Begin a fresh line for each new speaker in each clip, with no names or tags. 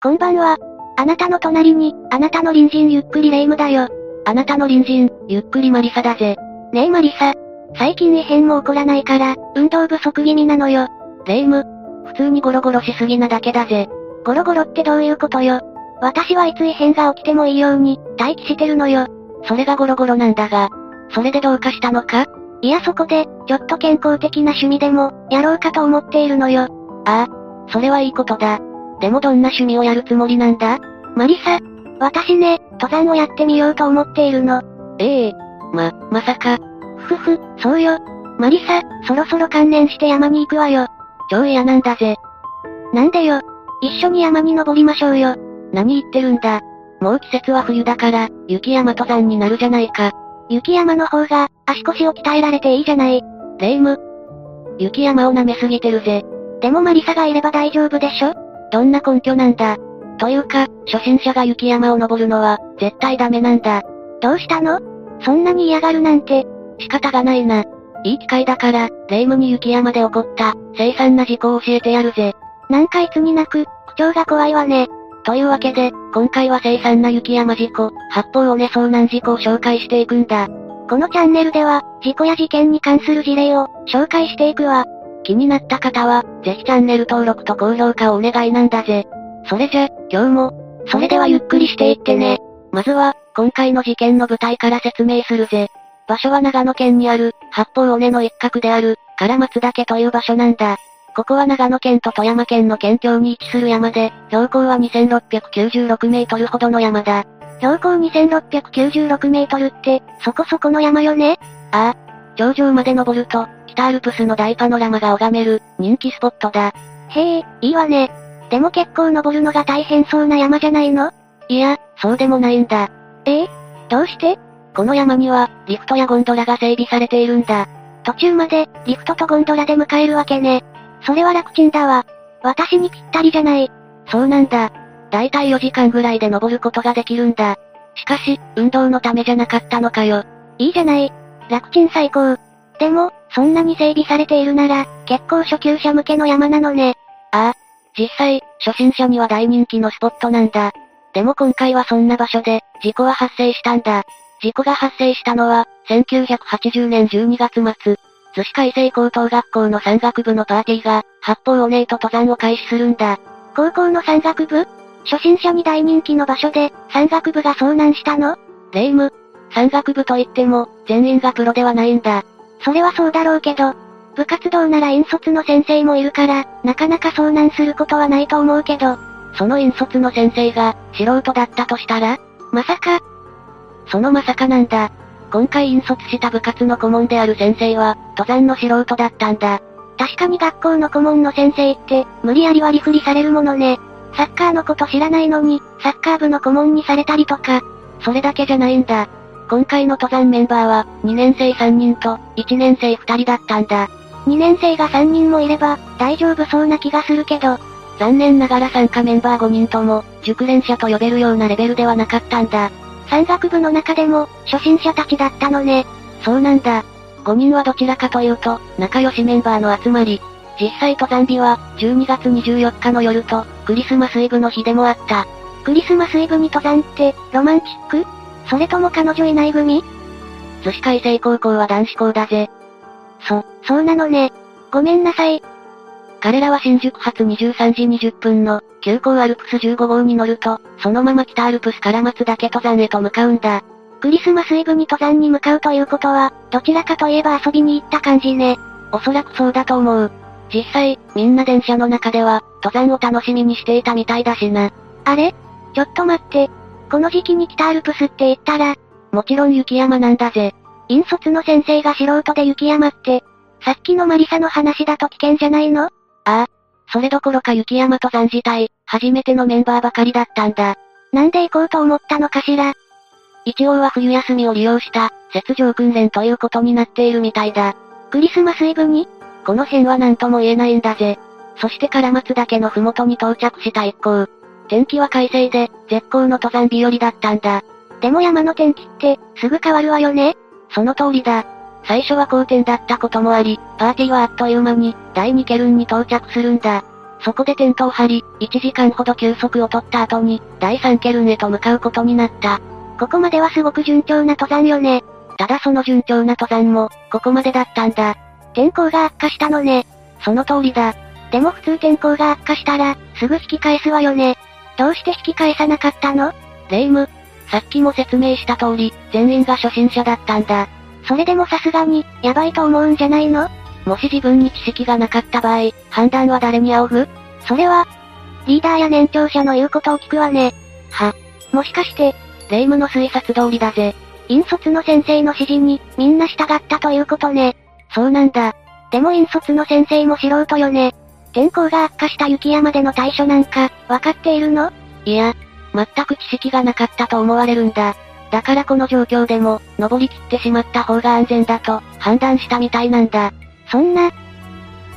こんばんは。あなたの隣に、あなたの隣人ゆっくりレ夢ムだよ。
あなたの隣人、ゆっくりマリサだぜ。
ねえマリサ。最近異変も起こらないから、運動不足気味なのよ。
レ夢ム。普通にゴロゴロしすぎなだけだぜ。
ゴロゴロってどういうことよ。私はいつ異変が起きてもいいように、待機してるのよ。
それがゴロゴロなんだが、それでどうかしたのか
いやそこで、ちょっと健康的な趣味でも、やろうかと思っているのよ。
ああ、それはいいことだ。でもどんな趣味をやるつもりなんだ
マリサ、私ね、登山をやってみようと思っているの。
ええま、まさか、
ふふ、そうよ。マリサ、そろそろ観念して山に行くわよ。
超嫌なんだぜ。
なんでよ。一緒に山に登りましょうよ。
何言ってるんだ。もう季節は冬だから、雪山登山になるじゃないか。
雪山の方が、足腰を鍛えられていいじゃない。
レ夢ム。雪山を舐めすぎてるぜ。
でもマリサがいれば大丈夫でしょ
どんな根拠なんだ。というか、初心者が雪山を登るのは、絶対ダメなんだ。
どうしたのそんなに嫌がるなんて、
仕方がないな。いい機会だから、レ夢ムに雪山で起こった、凄惨な事故を教えてやるぜ。
なんかいつになく、口調が怖いわね。
というわけで、今回は凄惨な雪山事故、八方尾根遭難事故を紹介していくんだ。
このチャンネルでは、事故や事件に関する事例を、紹介していくわ。
気になった方は、ぜひチャンネル登録と高評価をお願いなんだぜ。それじゃ、今日も、それではゆっくりしていってね。まずは、今回の事件の舞台から説明するぜ。場所は長野県にある、八方尾根の一角である、唐松岳という場所なんだ。ここは長野県と富山県の県境に位置する山で、標高は2696メートルほどの山だ。
標高2696メートルって、そこそこの山よね
頂上まで登ると、北アルプスの大パノラマが拝める、人気スポットだ。
へえ、いいわね。でも結構登るのが大変そうな山じゃないの
いや、そうでもないんだ。
ええどうして
この山には、リフトやゴンドラが整備されているんだ。
途中まで、リフトとゴンドラで迎えるわけね。それは楽ちんだわ。私にぴったりじゃない。
そうなんだ。だいたい4時間ぐらいで登ることができるんだ。しかし、運動のためじゃなかったのかよ。
いいじゃない。楽ちん最高。でも、そんなに整備されているなら、結構初級者向けの山なのね。
実際、初心者には大人気のスポットなんだ。でも今回はそんな場所で、事故は発生したんだ。事故が発生したのは、1980年12月末、津市海星高等学校の山岳部のパーティーが、八方尾根へと登山を開始するんだ。
高校の山岳部初心者に大人気の場所で、山岳部が遭難したの
霊夢、山岳部といっても、全員がプロではないんだ。
それはそうだろうけど、部活動なら引率の先生もいるから、なかなか遭難することはないと思うけど、
その引率の先生が、素人だったとしたら
まさか、
そのまさかなんだ。今回引率した部活の顧問である先生は、登山の素人だったんだ。
確かに学校の顧問の先生って、無理やり割り振りされるものね。サッカーのこと知らないのに、サッカー部の顧問にされたりとか、
それだけじゃないんだ。今回の登山メンバーは、2年生3人と、1年生2人だったんだ。
2年生が3人もいれば、大丈夫そうな気がするけど、
残念ながら参加メンバー5人とも、熟練者と呼べるようなレベルではなかったんだ。
山岳部の中でも、初心者たちだったのね。
そうなんだ。5人はどちらかというと、仲良しメンバーの集まり。実際登山日は、12月24日の夜と、クリスマスイブの日でもあった。
クリスマスイブに登山って、ロマンチックそれとも彼女いない組
寿司海星高校は男子校だぜ。
そ、そうなのね。ごめんなさい。
彼らは新宿発23時20分の、急行アルプス15号に乗ると、そのまま北アルプスから松岳登山へと向かうんだ。
クリスマスイブに登山に向かうということは、どちらかといえば遊びに行った感じね。
おそらくそうだと思う。実際、みんな電車の中では、登山を楽しみにしていたみたいだしな。
あれちょっと待って。この時期に北アルプスって言ったら、
もちろん雪山なんだぜ。
引率の先生が素人で雪山って、さっきのマリサの話だと危険じゃないの
それどころか雪山登山自体、初めてのメンバーばかりだったんだ。
なんで行こうと思ったのかしら。
一応は冬休みを利用した、雪上訓練ということになっているみたいだ。
クリスマスイブに
この辺は何とも言えないんだぜ。そして唐松岳の麓に到着した一行。天気は快晴で、絶好の登山日和だったんだ。
でも山の天気って、すぐ変わるわよね。
その通りだ。最初は好天だったこともあり、パーティーはあっという間に、第二ケルンに到着するんだ。そこでテントを張り、1時間ほど休息を取った後に、第3ケルンへと向かうことになった。
ここまではすごく順調な登山よね。
ただその順調な登山も、ここまでだったんだ。
天候が悪化したのね。
その通りだ。
でも普通天候が悪化したら、すぐ引き返すわよね。どうして引き返さなかったの
レイム。さっきも説明した通り、全員が初心者だったんだ。
それでもさすがに、やばいと思うんじゃないの
もし自分に知識がなかった場合、判断は誰に仰ぐ
それは、リーダーや年長者の言うことを聞くわね。
は、
もしかして、
レイムの推察通りだぜ。
引率の先生の指示に、みんな従ったということね。
そうなんだ。
でも引率の先生も素人よね。天候が悪化した雪山での対処なんか、わかっているの
いや、全く知識がなかったと思われるんだ。だからこの状況でも、登り切ってしまった方が安全だと、判断したみたいなんだ。
そんな、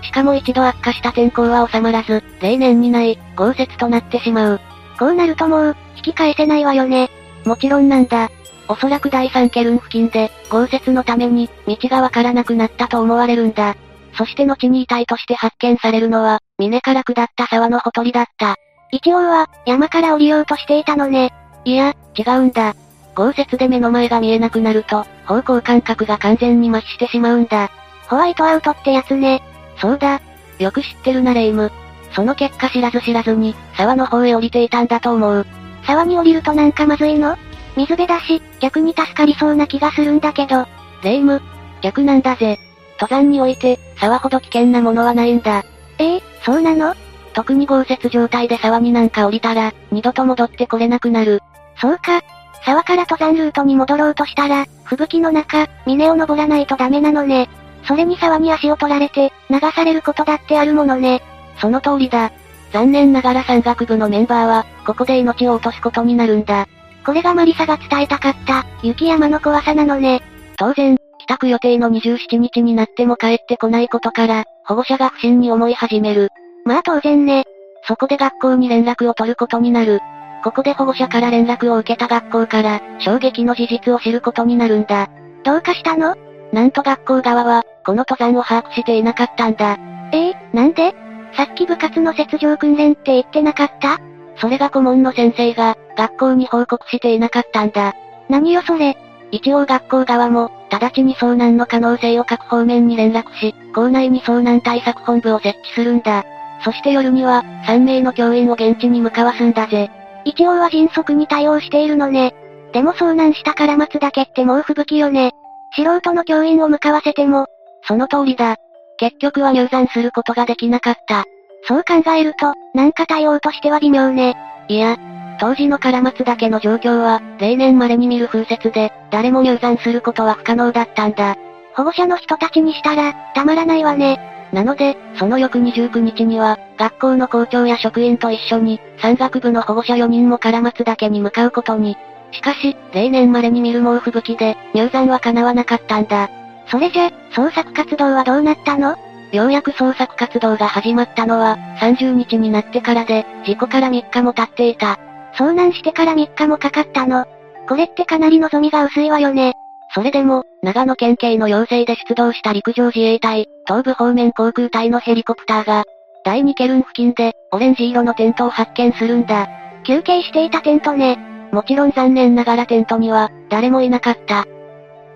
しかも一度悪化した天候は収まらず、例年にない、豪雪となってしまう。
こうなるともう、引き返せないわよね。
もちろんなんだ。おそらく第三ケルン付近で、豪雪のために、道がわからなくなったと思われるんだ。そして後に遺体として発見されるのは、峰から下った沢のほとりだった。
一応は、山から降りようとしていたのね。
いや、違うんだ。豪雪で目の前が見えなくなると、方向感覚が完全に麻痺してしまうんだ。
ホワイトアウトってやつね。
そうだ。よく知ってるなレイム。その結果知らず知らずに、沢の方へ降りていたんだと思う。
沢に降りるとなんかまずいの水辺だし、逆に助かりそうな気がするんだけど、
レイム、逆なんだぜ。登山において、沢ほど危険なものはないんだ。
ええそうなの
特に豪雪状態で沢になんか降りたら、二度と戻ってこれなくなる。
そうか。沢から登山ルートに戻ろうとしたら、吹雪の中、峰を登らないとダメなのね。それに沢に足を取られて、流されることだってあるものね。
その通りだ。残念ながら山岳部のメンバーは、ここで命を落とすことになるんだ。
これがマリサが伝えたかった、雪山の怖さなのね。
当然、帰宅予定の27日になっても帰ってこないことから、保護者が不審に思い始める。
まあ当然ね。
そこで学校に連絡を取ることになる。ここで保護者から連絡を受けた学校から、衝撃の事実を知ることになるんだ。
どうかしたの
なんと学校側は、この登山を把握していなかったんだ。
ええなんでさっき部活の雪上訓練って言ってなかった
それが顧問の先生が、学校に報告していなかったんだ。
何よそれ。
一応学校側も、直ちに遭難の可能性を各方面に連絡し、校内に遭難対策本部を設置するんだ。そして夜には、3名の教員を現地に向かわすんだぜ。
一応は迅速に対応しているのね。でも遭難したから待つだけってもう吹雪よね。素人の教員を向かわせても、
その通りだ。結局は入山することができなかった。
そう考えると、なんか対応としては微妙ね。
いや、当時の唐松岳の状況は、例年稀に見る風雪で、誰も入山することは不可能だったんだ。
保護者の人たちにしたら、たまらないわね。
なので、その翌29日には、学校の校長や職員と一緒に、山岳部の保護者4人も唐松岳に向かうことに。しかし、例年稀に見る猛吹雪で、入山は叶わなかったんだ。
それじゃ、捜索活動はどうなったの
ようやく捜索活動が始まったのは、30日になってからで、事故から3日も経っていた。
遭難してから3日もかかったの。これってかなり望みが薄いわよね。
それでも、長野県警の要請で出動した陸上自衛隊、東部方面航空隊のヘリコプターが、第2ケルン付近で、オレンジ色のテントを発見するんだ。
休憩していたテントね。
もちろん残念ながらテントには、誰もいなかった。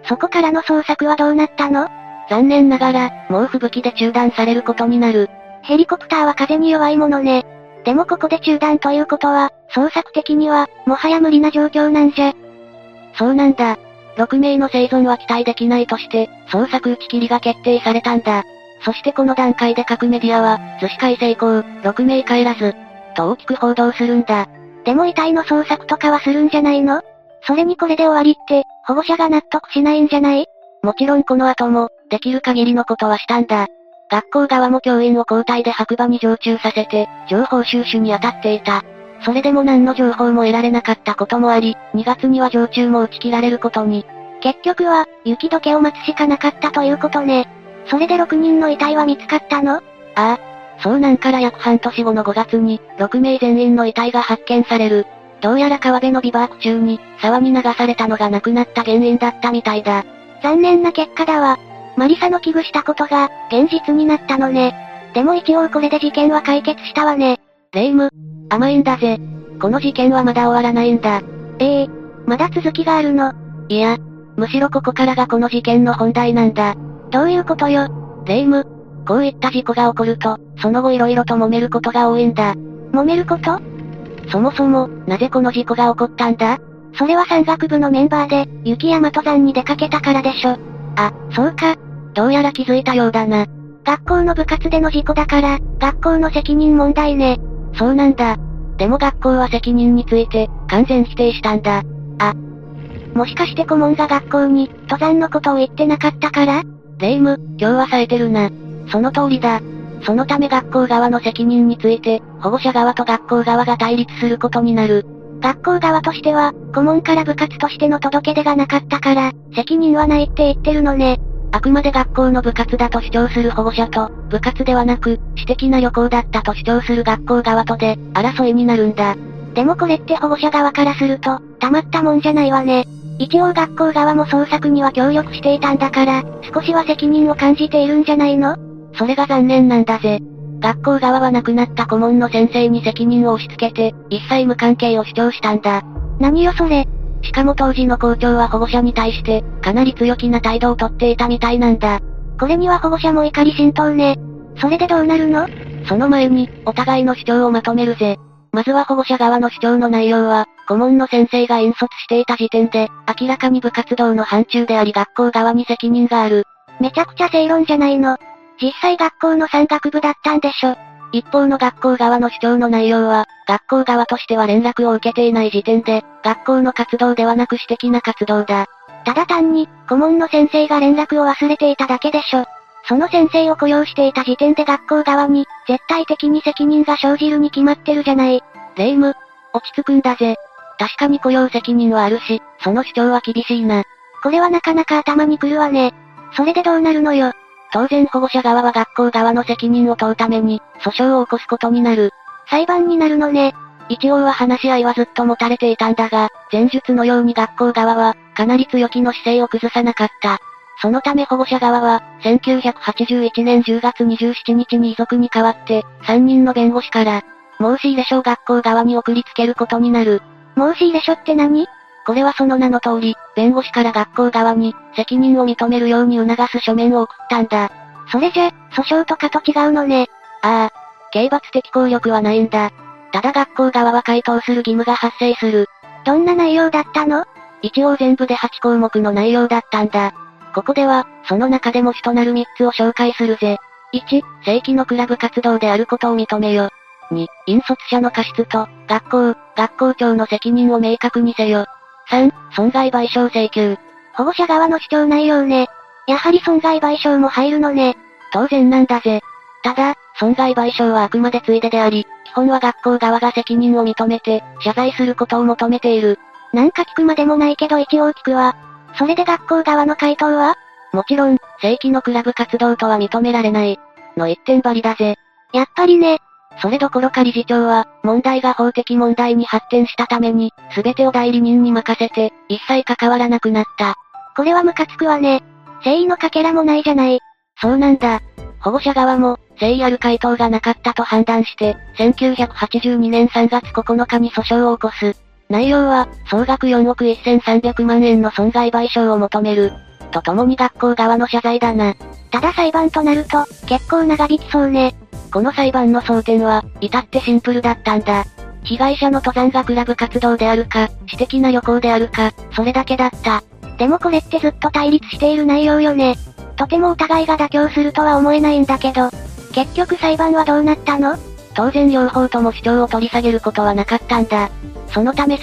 そこからの捜索はどうなったの
残念ながら、猛吹雪で中断されることになる。
ヘリコプターは風に弱いものね。でもここで中断ということは、捜索的には、もはや無理な状況なんじゃ。
そうなんだ。6名の生存は期待できないとして、捜索打ち切りが決定されたんだ。そしてこの段階で各メディアは、図司会成功、6名帰らず、と大きく報道するんだ。
でも遺体の捜索とかはするんじゃないのそれにこれで終わりって、保護者が納得しないんじゃない
もちろんこの後も、できる限りのことはしたんだ。学校側も教員を交代で白馬に常駐させて、情報収集に当たっていた。それでも何の情報も得られなかったこともあり、2月には常駐も打ち切られることに。
結局は、雪解けを待つしかなかったということね。それで6人の遺体は見つかったの
遭難から約半年後の5月に、6名全員の遺体が発見される。どうやら川辺のビバーク中に、沢に流されたのが亡くなった原因だったみたいだ。
残念な結果だわ。マリサの危惧したことが、現実になったのね。でも一応これで事件は解決したわね。
レイム、甘いんだぜ。この事件はまだ終わらないんだ。
ええまだ続きがあるの。
いや、むしろここからがこの事件の本題なんだ。
どういうことよ。
レイム、こういった事故が起こると、その後色々と揉めることが多いんだ。
揉めること
そもそも、なぜこの事故が起こったんだ
それは山岳部のメンバーで、雪山登山に出かけたからでしょ。
あ、そうか。どうやら気づいたようだな。
学校の部活での事故だから、学校の責任問題ね。
そうなんだ。でも学校は責任について、完全否定したんだ。
もしかして顧問が学校に、登山のことを言ってなかったから
レイム、今日は冴えてるな。その通りだ。そのため学校側の責任について、保護者側と学校側が対立することになる。
学校側としては、顧問から部活としての届け出がなかったから、責任はないって言ってるのね。
あくまで学校の部活だと主張する保護者と、部活ではなく、私的な旅行だったと主張する学校側とで、争いになるんだ。
でもこれって保護者側からすると、たまったもんじゃないわね。一応学校側も捜索には協力していたんだから、少しは責任を感じているんじゃないの
それが残念なんだぜ。学校側は亡くなった顧問の先生に責任を押し付けて、一切無関係を主張したんだ。
何よそれ。
しかも当時の校長は保護者に対して、かなり強気な態度をとっていたみたいなんだ。
これには保護者も怒り浸透ね。それでどうなるの
その前に、お互いの主張をまとめるぜ。まずは保護者側の主張の内容は、顧問の先生が引率していた時点で、明らかに部活動の範疇であり学校側に責任がある。
めちゃくちゃ正論じゃないの。実際学校の山岳部だったんでしょ。
一方の学校側の主張の内容は、学校側としては連絡を受けていない時点で、学校の活動ではなく私的な活動だ。
ただ単に、顧問の先生が連絡を忘れていただけでしょ。その先生を雇用していた時点で学校側に、絶対的に責任が生じるに決まってるじゃない。
レイム、落ち着くんだぜ。確かに雇用責任はあるし、その主張は厳しいな。
これはなかなか頭にくるわね。それでどうなるのよ。
当然保護者側は学校側の責任を問うために、訴訟を起こすことになる。
裁判になるのね。
一応は話し合いはずっと持たれていたんだが、前述のように学校側は、かなり強気の姿勢を崩さなかった。そのため保護者側は、1981年10月27日に遺族に代わって、3人の弁護士から、申し入れ書を学校側に送りつけることになる。
申し入れ書って何
これはその名の通り、弁護士から学校側に、責任を認めるように促す書面を送ったんだ。
それじゃ、訴訟とかと違うのね。
ああ、刑罰的効力はないんだ。ただ学校側は回答する義務が発生する。
どんな内容だったの
一応全部で8項目の内容だったんだ。ここでは、その中でも主となる3つを紹介するぜ。1、正規のクラブ活動であることを認めよ。2、引率者の過失と、学校、学校長の責任を明確にせよ。3、損害賠償請求。
保護者側の主張内容ね。やはり損害賠償も入るのね。
当然なんだぜ。ただ、損害賠償はあくまでついでであり、基本は学校側が責任を認めて、謝罪することを求めている。
なんか聞くまでもないけど一応聞くわ。それで学校側の回答は
もちろん、正規のクラブ活動とは認められない。の一点張りだぜ。
やっぱりね、
それどころか理事長は、問題が法的問題に発展したために、すべてを代理人に任せて、一切関わらなくなった。
これはムカつくわね。誠意のかけらもないじゃない。
そうなんだ。保護者側も、誠意ある回答がなかったと判断して、1982年3月9日に訴訟を起こす。内容は、総額4億1300万円の損害賠償を求める。とともに学校側の謝罪だな。
ただ裁判となると、結構長引きそうね。
この裁判の争点は、至ってシンプルだったんだ。被害者の登山がクラブ活動であるか、私的な旅行であるか、それだけだった。
でもこれってずっと対立している内容よね。とてもお互いが妥協するとは思えないんだけど。結局裁判はどうなったの
当然両方とも主張を取り下げることはなかったんだ。そのため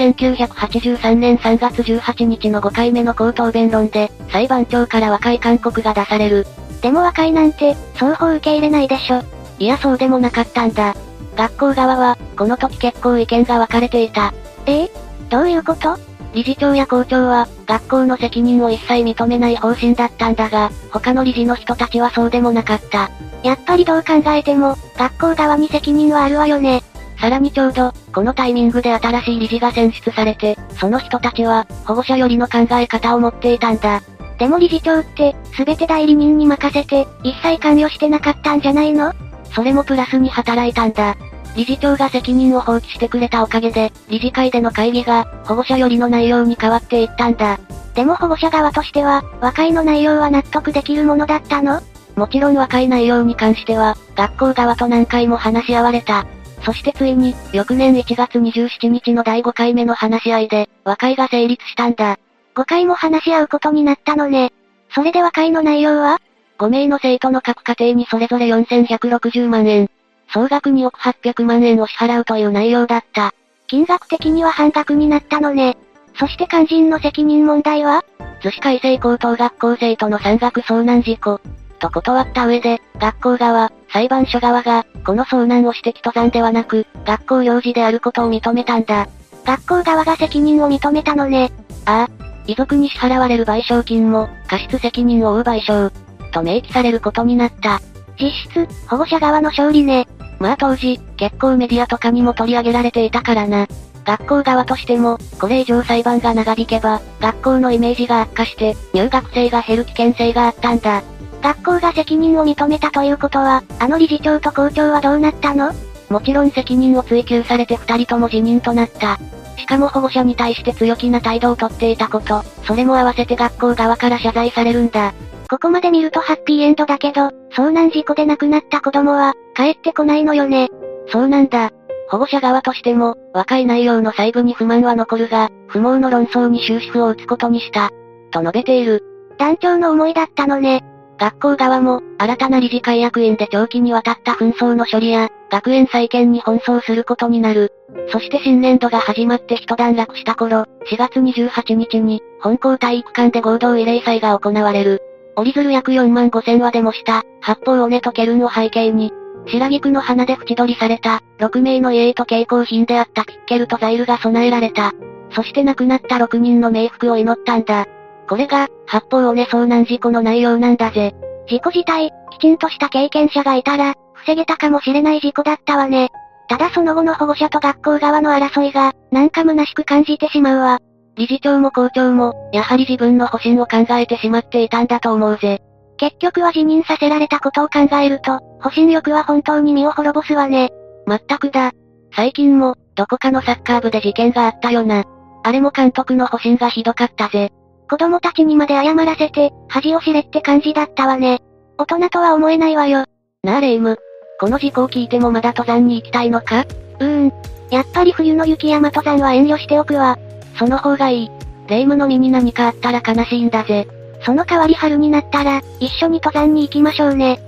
1983年3月18日の5回目の口頭弁論で、裁判長から和解勧告が出される。
でも和解なんて、双方受け入れないでしょ。
いやそうでもなかったんだ。学校側は、この時結構意見が分かれていた。
ええどういうこと
理事長や校長は、学校の責任を一切認めない方針だったんだが、他の理事の人たちはそうでもなかった。
やっぱりどう考えても、学校側に責任はあるわよね。
さらにちょうど、このタイミングで新しい理事が選出されて、その人たちは、保護者寄りの考え方を持っていたんだ。
でも理事長って、すべて代理人に任せて、一切関与してなかったんじゃないの
それもプラスに働いたんだ。理事長が責任を放棄してくれたおかげで、理事会での会議が、保護者寄りの内容に変わっていったんだ。
でも保護者側としては、和解の内容は納得できるものだったの
もちろん和解内容に関しては、学校側と何回も話し合われた。そしてついに、翌年1月27日の第5回目の話し合いで、和解が成立したんだ。
5回も話し合うことになったのね。それで和解の内容は
?5 名の生徒の各家庭にそれぞれ4160万円、総額2億800万円を支払うという内容だった。
金額的には半額になったのね。そして肝心の責任問題は
津市海星高等学校生徒の山岳遭難事故、と断った上で、学校側、裁判所側が、この遭難を指摘登山ではなく、学校行事であることを認めたんだ。
学校側が責任を認めたのね。
ああ、遺族に支払われる賠償金も、過失責任を負う賠償、と明記されることになった。
実質、保護者側の勝利ね。
まあ当時、結構メディアとかにも取り上げられていたからな。学校側としても、これ以上裁判が長引けば、学校のイメージが悪化して、入学生が減る危険性があったんだ。
学校が責任を認めたということは、あの理事長と校長はどうなったの
もちろん責任を追及されて二人とも辞任となった。しかも保護者に対して強気な態度をとっていたこと、それも合わせて学校側から謝罪されるんだ。
ここまで見るとハッピーエンドだけど、遭難事故で亡くなった子供は、帰ってこないのよね。
そうなんだ。保護者側としても、若い内容の細部に不満は残るが、不毛の論争に終止符を打つことにした。と述べている。
団長の思いだったのね。
学校側も、新たな理事会役員で長期にわたった紛争の処理や、学園再建に奔走することになる。そして新年度が始まって一段落した頃、4月28日に、本校体育館で合同慰霊祭が行われる。折り鶴約4万5千話でもした、八方尾根とケルンを背景に、白菊の花で縁取りされた、6名の家と蛍光品であったピッケルとザイルが備えられた。そして亡くなった6人の冥福を祈ったんだ。これが、八方尾根遭難事故の内容なんだぜ。
事故自体、きちんとした経験者がいたら、防げたかもしれない事故だったわね。ただその後の保護者と学校側の争いが、なんか虚しく感じてしまうわ。
理事長も校長も、やはり自分の保身を考えてしまっていたんだと思うぜ。
結局は辞任させられたことを考えると、保身欲は本当に身を滅ぼすわね。
まったくだ。最近も、どこかのサッカー部で事件があったよな。あれも監督の保身がひどかったぜ。
子供たちにまで謝らせて、恥を知れって感じだったわね。大人とは思えないわよ。
なあレイム。この事故を聞いてもまだ登山に行きたいのか
うーん。やっぱり冬の雪山登山は遠慮しておくわ。
その方がいい。レイムの身に何かあったら悲しいんだぜ。
その代わり春になったら、一緒に登山に行きましょうね。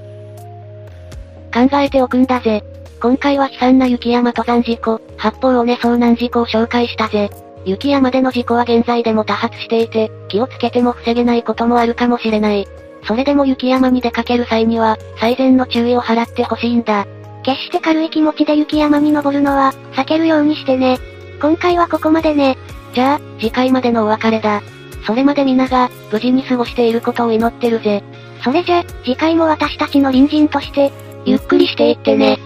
考えておくんだぜ。今回は悲惨な雪山登山事故、八方尾根遭難事故を紹介したぜ。雪山での事故は現在でも多発していて、気をつけても防げないこともあるかもしれない。それでも雪山に出かける際には、最善の注意を払ってほしいんだ。
決して軽い気持ちで雪山に登るのは、避けるようにしてね。今回はここまでね。
じゃあ、次回までのお別れだ。それまで皆が、無事に過ごしていることを祈ってるぜ。
それじゃ、次回も私たちの隣人として、
ゆっくりしていってね。